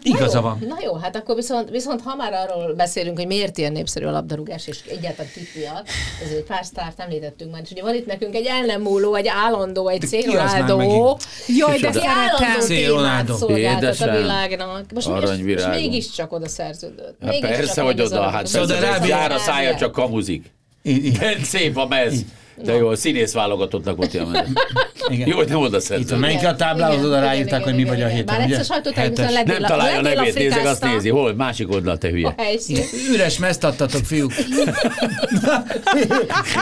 A: Igaza
B: jó,
A: van.
B: Na jó, hát akkor viszont, viszont ha már arról beszélünk, hogy miért ilyen népszerű a labdarúgás, és egyáltalán kik miatt, ezért egy pár sztárt említettünk már, és ugye van itt nekünk egy ellenmúló, egy állandó, egy
A: De ki az már megint?
B: célronádó.
D: Jaj, de
B: Aki
D: szeretem.
B: állandó témát
A: Célronádó.
B: szolgáltat a
C: Édesem.
B: világnak. Most mi- és, és
C: Aranyvirágom.
B: mégiscsak oda szerződött.
C: Hát
B: Mégiscsak
C: persze, hogy oda, hát
B: szerződött.
C: persze,
A: Szaudi-Arábia.
C: ez jár a szája, csak kamuzik. *laughs*
A: I- i-
C: Szép a mez. De jó, színész válogatottnak volt ilyen mez.
A: igen.
C: Jó, hogy nem oda
A: Itt a
C: szerzett.
A: melyik a táblához,
B: Igen,
A: oda
B: igen,
A: ráírták,
B: igen,
A: hogy mi
B: igen,
A: vagy a
B: igen.
A: héten,
B: Már
A: ugye?
B: egyszer sajtótájékoztatón
A: Hetes.
B: lett-
C: Nem találja a nevét, nézzek, azt
B: Ledél-afrikázta.
C: nézi. Hol? Másik oldal, te hülye.
B: A helyszín.
A: Üres mezt adtatok,
B: *laughs*
A: fiúk.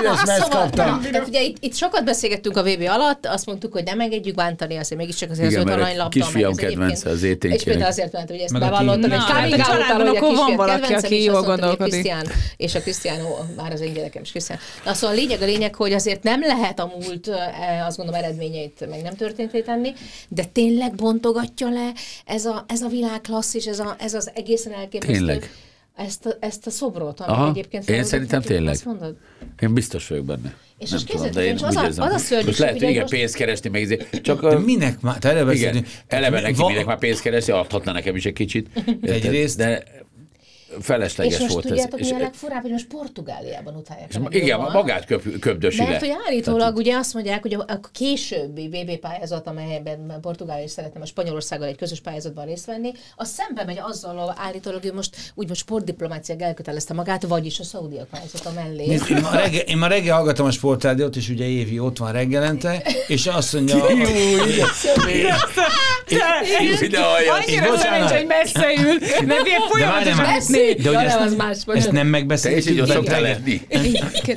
A: Üres mezt kaptam.
B: tehát ugye itt, itt, sokat beszélgettünk a VB alatt, azt mondtuk, hogy nem engedjük bántani, azért mégiscsak azért
C: Igen,
B: az öt
C: mert a
B: aranylabda.
C: kisfiam
B: meg ez
C: kedvence,
B: egyébként-
C: az éténkének.
B: És például azért ment, hogy ezt
A: Meg a
B: bevallottad,
A: tiéd.
B: egy
A: Na,
B: coming
D: hát a
B: out-tal,
D: családban
B: hogy a
D: akkor van
B: kisfiam
D: valaki,
B: kedvencem,
D: aki
B: és
D: jól
B: azt mondtam, hogy
D: gondolkodik.
B: Krisztián, és a Krisztián, ó, már az én gyerekem is Krisztián. Na, szóval a lényeg a lényeg, hogy azért nem lehet a múlt, eh, azt gondolom, eredményeit meg nem történté tenni, de tényleg bontogatja le ez a, ez a világklasszis, ez, a, ez az egészen elképesztő.
C: Tényleg.
B: Ezt a, ezt a szobrot, amit
C: Aha,
B: egyébként
C: én
B: felhúzott
C: szerintem
B: nekünk,
C: tényleg.
B: Azt mondod?
C: Én biztos vagyok benne.
B: És
C: nem
B: most
C: tudom,
B: képzeld,
C: de én
B: és
C: úgy
B: az a-
C: érzem.
B: az a szörnyűség,
C: Most lehet, hogy
B: ugye
C: igen,
B: most-
C: pénzt keresni, meg izé- csak
A: De
C: a,
A: minek már? Tehát előbb
C: igen,
A: beszéltünk.
C: eleve neki,
A: Va-
C: minek már pénzt keresni, adhatna nekem is egy kicsit. Érted?
A: Egyrészt.
C: De
B: És
C: felesleges
B: most
C: volt ez.
B: tudjátok,
C: És,
B: mi a legfurább, hogy most Portugáliában utálják.
C: és
B: a
C: ma-
B: legjobban.
C: igen, magát köp, köpdösi le.
B: Mert hogy állítólag ugye azt mondják, hogy a, a későbbi VB pályázat, amelyben Portugália is szeretne a Spanyolországgal egy közös pályázatban részt venni, az szembe megy azzal, ahol állítólag ő most úgymond sportdiplomáciák elkötelezte magát, vagyis a szaudiak pályázata mellé.
A: Nézd, én, ma reggel, én ma reggel hallgatom a sportrádiót, és ugye Évi ott van reggelente, és azt mondja...
C: Ide aljas.
A: És
D: Annyira
A: bocsánat.
D: szerencsé, hogy messze ül, mert ilyen folyamatosan
A: már.
D: esnék.
A: De hogy
B: Ja,
A: ezt,
B: nem, az
A: nem-
B: más,
A: ezt
B: bocsánat.
A: nem
C: Te is így ott
A: megbeszéltük
C: szoktál
A: reggel?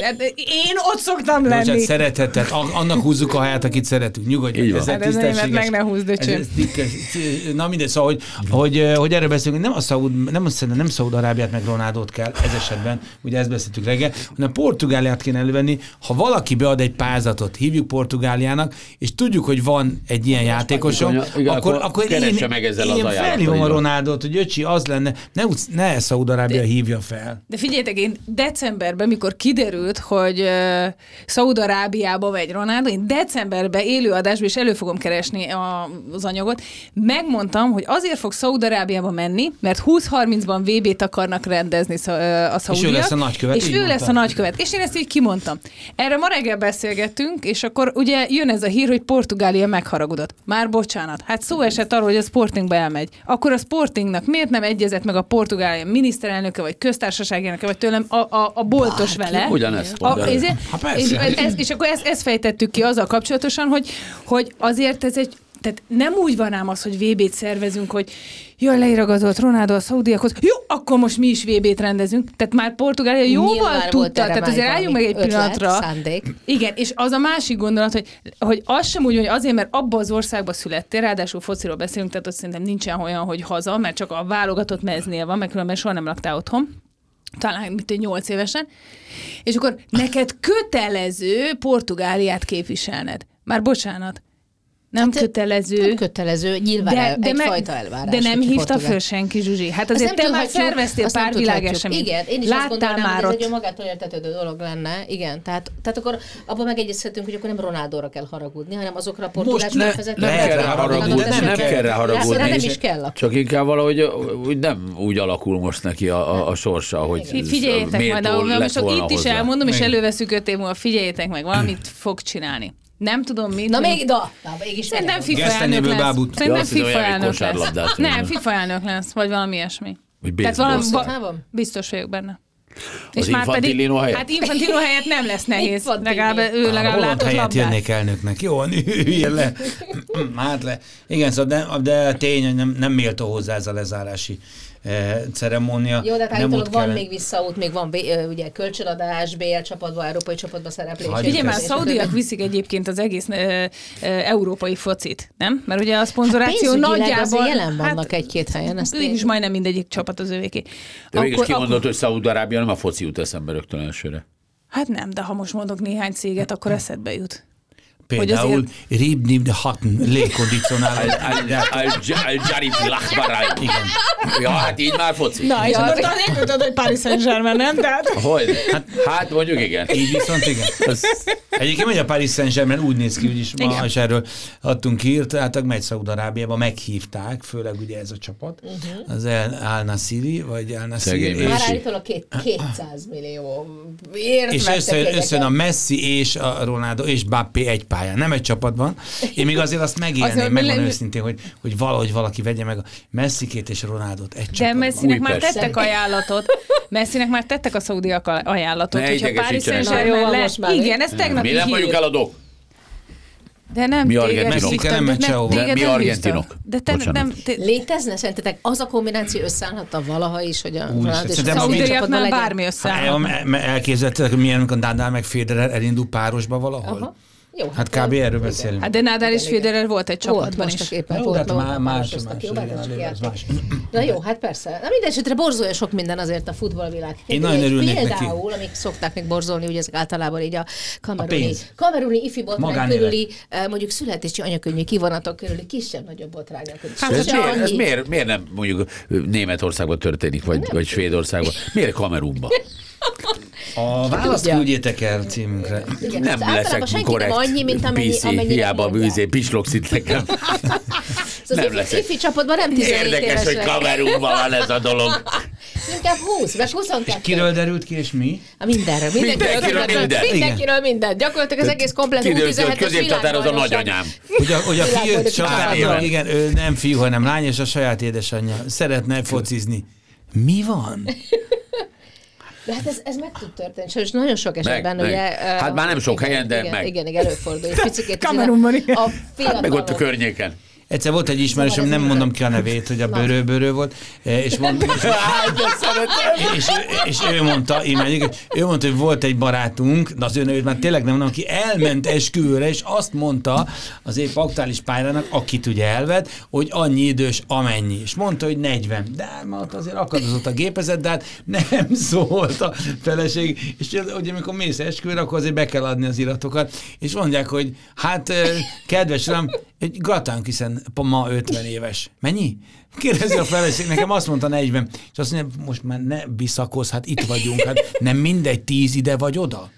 C: lenni.
D: Én ott szoktam lenni.
A: Bocsánat, szeretettel, hát a- annak húzzuk a háját, akit szeretünk, nyugodjon.
C: Így van.
A: egy
D: Hát ez
A: tisztességes-
D: enyémet meg ne húzd, öcsém.
A: ez- ez tisztes- Na mindegy, szóval, hogy, hogy, hogy erről beszélünk, nem a Szaúd, nem, azt szerintem nem Szaúd Arábiát meg Ronádót kell ez esetben, ugye ezt beszéltük reggel, hanem Portugáliát kéne elővenni, ha valaki bead egy pázatot, hívjuk Portugáliának, és tudjuk, hogy van egy ilyen játékosom,
C: Igen, igen,
A: akkor,
C: akkor
A: akkor én,
C: keresse meg ezzel az
A: én
C: ajánlattal,
A: felhívom
C: így
A: a
C: van.
A: Ronádót, hogy öcsi, az lenne, ne, utc- ne Szaúd-Arábia hívja fel.
D: De figyeljetek, én decemberben, mikor kiderült, hogy uh, Szaudarábiába vagy Ronaldo, én decemberben élőadásban is elő fogom keresni a, az anyagot, megmondtam, hogy azért fog Szaudarábiába menni, mert 20-30-ban VB-t akarnak rendezni szau- ö, a szaudiak.
A: lesz a nagykövet,
D: És
A: így
D: ő lesz a
A: mondtad.
D: nagykövet. És én ezt így kimondtam. Erre ma reggel beszélgettünk, és akkor ugye jön ez a hír, hogy Portugália megharagudott. Már bocsánat. Hát szó esett arról, hogy a Sportingba elmegy. Akkor a Sportingnak miért nem egyezett meg a Portugália miniszterelnöke, vagy köztársaságelnöke, vagy tőlem a, a, a boltos vele?
C: Ugyanezt
D: a,
C: mondani.
D: ez,
A: Hát
D: és,
A: persze.
D: ez, és akkor ezt, ezt fejtettük ki azzal kapcsolatosan, hogy, hogy azért ez egy tehát nem úgy van ám az, hogy VB-t szervezünk, hogy jaj, leiragazott Ronaldo a szaudiakhoz, jó, akkor most mi is VB-t rendezünk. Tehát már Portugália jóval
B: Nyilván volt
D: tudta,
B: erre
D: tehát
B: már
D: azért álljunk meg egy
B: valami ötlet,
D: pillanatra.
B: szándék.
D: Igen, és az a másik gondolat, hogy, hogy az sem úgy, hogy azért, mert abba az országba születtél, ráadásul fociról beszélünk, tehát ott szerintem nincsen olyan, hogy haza, mert csak a válogatott meznél van, mert különben soha nem laktál otthon talán mint egy nyolc évesen, és akkor neked kötelező Portugáliát képviselned. Már bocsánat, nem hát, kötelező.
B: Nem kötelező, nyilván de, de egyfajta elvárás.
D: de nem
B: hogy
D: hívta
B: Portugál-
D: föl senki, Zsuzsi. Hát
B: Azt
D: azért te
B: nem
D: már
B: tudhatjuk,
D: szerveztél
B: azt nem
D: pár világ
B: tudhatjuk.
D: eseményt.
B: Igen, én is azt
D: Láttál
B: gondolnám, hogy
D: már
B: ez egy
D: ott.
B: olyan magától értetődő dolog lenne. Igen, tehát, tehát akkor abban megegyezhetünk, hogy akkor nem Ronaldóra kell haragudni, hanem azokra a portugás
A: Most ne-
B: vezetőkre,
A: nem
C: Nem
A: Lehet
C: kell
A: rá
C: rá
A: haragudni,
C: haragudni,
A: nem
C: nem
A: kell.
C: kell rá haragudni.
B: Rá nem is kell akkor.
C: Csak inkább valahogy ö, úgy nem úgy alakul most neki a, a, a sorsa, hogy
D: Fi- Figyeljétek majd,
C: méltó
D: ahol
C: lett
D: most
C: volna
D: itt is
C: hozzá.
D: elmondom, és
A: Igen.
D: előveszük öt év múlva, figyeljétek meg, valamit fog csinálni. Nem tudom mit.
B: Na
D: nem-
B: még, da, na, mégis
D: Szerintem
B: megjelent.
D: FIFA elnök
A: Gesztenéből
D: lesz.
A: bábút.
C: Ja,
D: Szerintem
C: azt hittem,
D: FIFA
C: olyan, hogy
D: elnök lesz.
C: kosárlabdát
D: Nem,
C: tudna.
D: FIFA elnök lesz, vagy valami ijesmi.
C: Vagy
B: baseball.
D: va-
B: Hát van.
D: biztos vagyok benne.
C: Az Infantino helyett?
D: Hát Infantino helyett nem lesz nehéz.
B: Infantino.
D: legalább ő legalább
A: Holland
D: látott
A: helyett
D: labdát.
A: jönnék elnöknek. Jó, *laughs* üljön le. Hát le. Igen, szóval de, de tény, hogy nem, nem méltó hozzá ez a lezárási eh, ceremónia.
B: Jó, de hát
A: nem
B: állítólag
A: ott
B: van
A: kellene-
B: még visszaút, még van bé- ö, ugye kölcsönadás, BL csapatba, európai csapatba szereplés.
A: Hagyjuk
D: Ugye már a
A: ezt.
D: szaudiak viszik egyébként az egész ö, ö, európai focit, nem? Mert ugye a szponzoráció
B: Hát Pénzügyileg
D: nagyjából...
B: azért jelen vannak egy-két helyen. Ezt
D: ők is majdnem mindegyik csapat az övéké.
C: De mégis kimondott, hogy Szaúd-Arábia nem a foci jut eszembe rögtön elsőre.
D: Hát nem, de ha most mondok néhány céget, akkor eszedbe jut.
A: Például Ribni de Hatn légkondicionáló.
C: Al-Jari Igen. Ja, hát így már foci.
D: Na, és
B: Ja,
D: akkor
B: de-
D: talán eljutottad, hogy Paris Saint-Germain, nem? Tehát...
C: Hogy? Hát mondjuk igen.
A: Így viszont igen. Az... Egyébként megy a Paris Saint-Germain, úgy néz ki, úgyis ma
D: Igen.
A: is erről adtunk hírt, tehát megy Szaúd-Arábiába, meghívták, főleg ugye ez a csapat,
B: Mhm.
A: uh-huh. az El Al Nassiri, vagy Al
C: Szegény
A: Nassiri, és,
B: Már állítólag két, 200 millió ért
A: és
B: vettek
A: összejön,
B: jegyeket.
A: összejön a Messi és a Ronaldo és Bappé egy pályán, nem egy csapatban. Én még azért azt
D: Azért,
A: megélném,
D: hogy
A: megmondom
D: le-
A: őszintén, hogy, hogy valahogy valaki vegye meg a Messikét és a Ronaldot egy
D: De
A: csapatban.
D: Messinek már
C: Újpest.
D: tettek ajánlatot. Messinek már tettek a szaudiak a- ajánlatot.
C: Ne
D: hogyha
C: idegesítsenek.
D: Paris
B: Na, jó,
D: Saint-Germain
B: van
D: le...
B: most már,
D: Igen, ez tegnap
C: Mi nem vagyunk eladók?
D: De nem
C: Mi
D: téged
C: argentinok.
D: hívtak,
A: Nem,
D: de
A: mert sehova.
D: téged
C: Mi
D: nem
C: argentinok.
D: hívtak. De te
C: Bocsánat.
D: nem... te-
B: Létezne szerintetek az a kombináció összeállhatta valaha is, hogy a
A: Úristen,
B: Ronaldo és a
A: szerintem a
B: Saudi
A: Vinci-
B: csapatban
D: Szaudiaknál
B: legyen?
D: bármi
A: El,
D: összeáll.
A: me- me- elképzelted, hogy milyen, amikor Nadal meg Federer elindul párosba valahol?
B: Aha. Jó,
A: Hát kb. erről beszélünk.
D: Hát de Nádár és Federer volt egy
B: Volt
D: csapatban
B: most
D: is.
B: csak éppen
A: Jó, de hát
B: Portlóban
A: má- más-
B: párosoztak,
A: más-
B: jó,
A: igen,
B: bár ez csak
A: elég az
B: játék. Na jó, hát persze. Na mindesetre borzolja sok minden azért a futballvilág.
A: Én nagyon örülnék neki.
B: Például, amik szokták még borzolni, ugye ezek általában így a
A: A
B: kameruni,
A: pénz.
B: kameruni ifi botrány
A: Magánélet.
B: körüli, eh, mondjuk születési anyakönyvi kivonatok körüli kisebb-nagyobb botrányok.
D: Hát
C: Ez
D: hogyha
C: miért, ez
B: annyi-
C: miért, miért nem mondjuk Németországban történik, vagy, vagy Svédországban? Miért Kamerunban?
A: A választ
B: Tudja.
A: küldjétek el címünkre.
B: Igen,
C: Nem
B: szóval általában
C: leszek
B: senki nem
C: korrekt
B: annyi, mint amennyi,
C: PC,
B: amennyire
C: hiába
B: mondják.
C: bűzé, pislogsz itt nekem.
B: Szóval
C: nem
B: az ifi,
C: leszek.
B: ifi csapatban nem 17
C: Érdekes, hogy
B: évesek.
C: Kamerunban van ez a dolog.
B: Inkább 20, vagy 22.
A: Kiről derült ki, és mi?
B: A mindenre, mindenkiről,
C: Mindenkiről
B: mindenkiről,
C: minden.
B: minden. mindenkiről minden. Gyakorlatilag az egész komplet
C: Kidőzött
B: U17-es
C: középtatároz a nagyanyám.
A: Hogy a, hogy a
B: Világbajnoki
A: fiú családnak,
C: család.
A: igen, ő nem fiú, hanem lány, és a saját édesanyja szeretne focizni. Mi van?
B: De hát ez, ez meg tud történni, és nagyon sok esetben
C: meg.
B: ugye...
C: Hát
B: ö,
C: már nem sok
B: igen,
C: helyen, de
B: igen,
C: meg.
B: Igen, igen, előfordul. Egy picikét
D: Kamerunban, igen.
B: A
C: Hát meg ott a
B: fiatalok.
C: környéken.
A: Egyszer volt egy ismerősöm,
B: Szóval ez
A: nem
B: nem-
A: mondom ki a nevét, hogy a bőrő-bőrő volt, e, és, mond,
C: Hát, de szeretem.
A: és, ő- és ő mondta, imádjuk, ő mondta, hogy volt egy barátunk, de az ő nevét már tényleg nem mondom, aki elment esküvőre, és azt mondta az épp aktuális pályának, akit ugye elvet, hogy annyi idős, amennyi. És mondta, hogy 40. De hát már ott azért akadozott a gépezet, de hát nem *laughs* szólt a feleség. És ez, ugye amikor mész esküvőre, akkor azért be kell adni az iratokat. És mondják, hogy hát eh, kedves uram, egy gratánk, hiszen ma 50 éves. Mennyi? Kérdezi a feleség, nekem azt mondta 40. És azt mondja, most már ne biszakoz, hát itt vagyunk, hát nem mindegy, 10 ide vagy oda.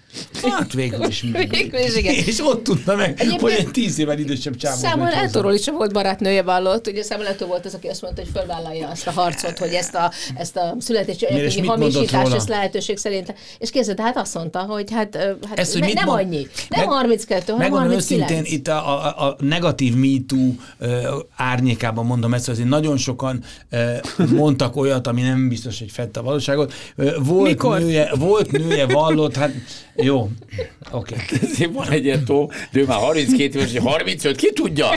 A: Hát végül is mindegy.
B: Végül is igen.
A: És ott tudta meg,
B: Egyébként
A: hogy egy 10 évvel idősebb csávó.
B: Számon
A: ment hozzá.
B: Letóról is volt barátnője vallott, ugye Számon Letó volt az, aki azt mondta, hogy fölvállalja azt a harcot, hogy ezt a, ezt a születési
A: Miért, és
B: anyakönyvi
A: mit mondott
B: hamisítást,
A: róla?
B: ezt lehetőség szerint. És képzeld, hát azt mondta, hogy hát, ö, hát
A: Ezt, hogy
B: ne,
A: mit
B: nem
A: mond-
B: annyi, nem
A: Meg-
B: 32, hanem
A: Megmondom
B: 39.
A: őszintén, itt a, a, a negatív Me Too ö, árnyékában mondom ezt, azért nagyon sokan ö, mondtak olyat, ami nem biztos, hogy fette a valóságot. Ö, volt,
D: Mikor?
A: Nője, volt nője, vallott, hát jó, oké. Okay.
C: Ezért Van egy ilyen tó, de ő már 32 éves, hogy 35, ki tudja?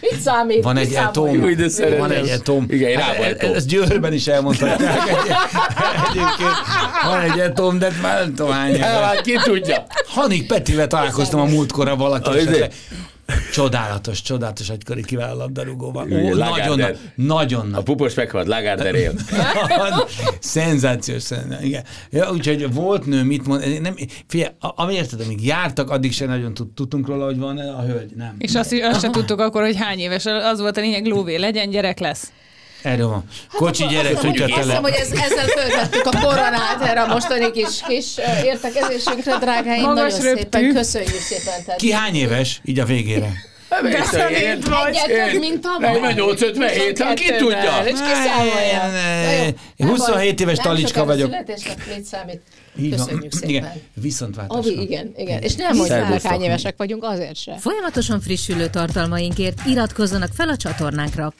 B: Mit számít?
A: Van
B: Ki
A: egy
B: számolja?
A: etom.
C: Jó, de szeretem.
A: Van egy etom.
C: Igen, egy rába
A: hát,
C: etom.
A: Ezt Győrben is elmondhatják. Egy, egyébként van egy etom, de már nem tudom hány éve.
C: Hát már ki tudja?
A: Hanik Petivel találkoztam a múltkora valaki,
C: A
A: és
C: izé?
A: ezek- csodálatos, csodálatos egykori kiváló labdarúgóval.
C: Ugye,
A: Ó,
C: Lagarde.
A: nagyon, nagyon
C: A *laughs*
A: nagy.
C: pupos meghalt, Lagarder él.
A: Szenzációs, szenzációs, igen. Ja, úgyhogy volt nő, mit mond, nem, figyelj, a- amiért tudom, amíg jártak, addig sem nagyon tud, tudtunk róla, hogy van a hölgy, nem.
D: És azt, is- azt se tudtuk akkor, hogy hány éves. Az volt a lényeg, lóvé legyen, gyerek lesz.
A: Erről van. Kocsi gyerek,
B: Hát Azt
A: tudja
B: hiszem,
A: tele.
B: hogy ez, ezzel fölvettük a koronát erre a mostani kis, kis ö, értekezésünkre, drágáim.
D: Magas
B: Nagyon szépen,
D: röptű.
B: köszönjük szépen. Tehát
A: Ki hány éves? Így a végére.
C: Ért
B: Egyel több, mint tavaly.
C: 48, 57, hát ki
B: 22-vel.
C: tudja?
B: És ki számolja? Na jó, nem
A: 27 eh, éves
B: baj.
A: talicska
B: Nem
A: vagyok.
B: sokára születésnap mit számít.
A: Így van.
B: Köszönjük
A: Igen.
B: szépen.
A: Viszontlátásra.
B: Avi, igen, igen. És nem mondták, hogy
C: Szervusztok.
B: hány évesek vagyunk, azért se.
E: Folyamatosan frissülő tartalmainkért iratkozzanak fel a csatornánkra.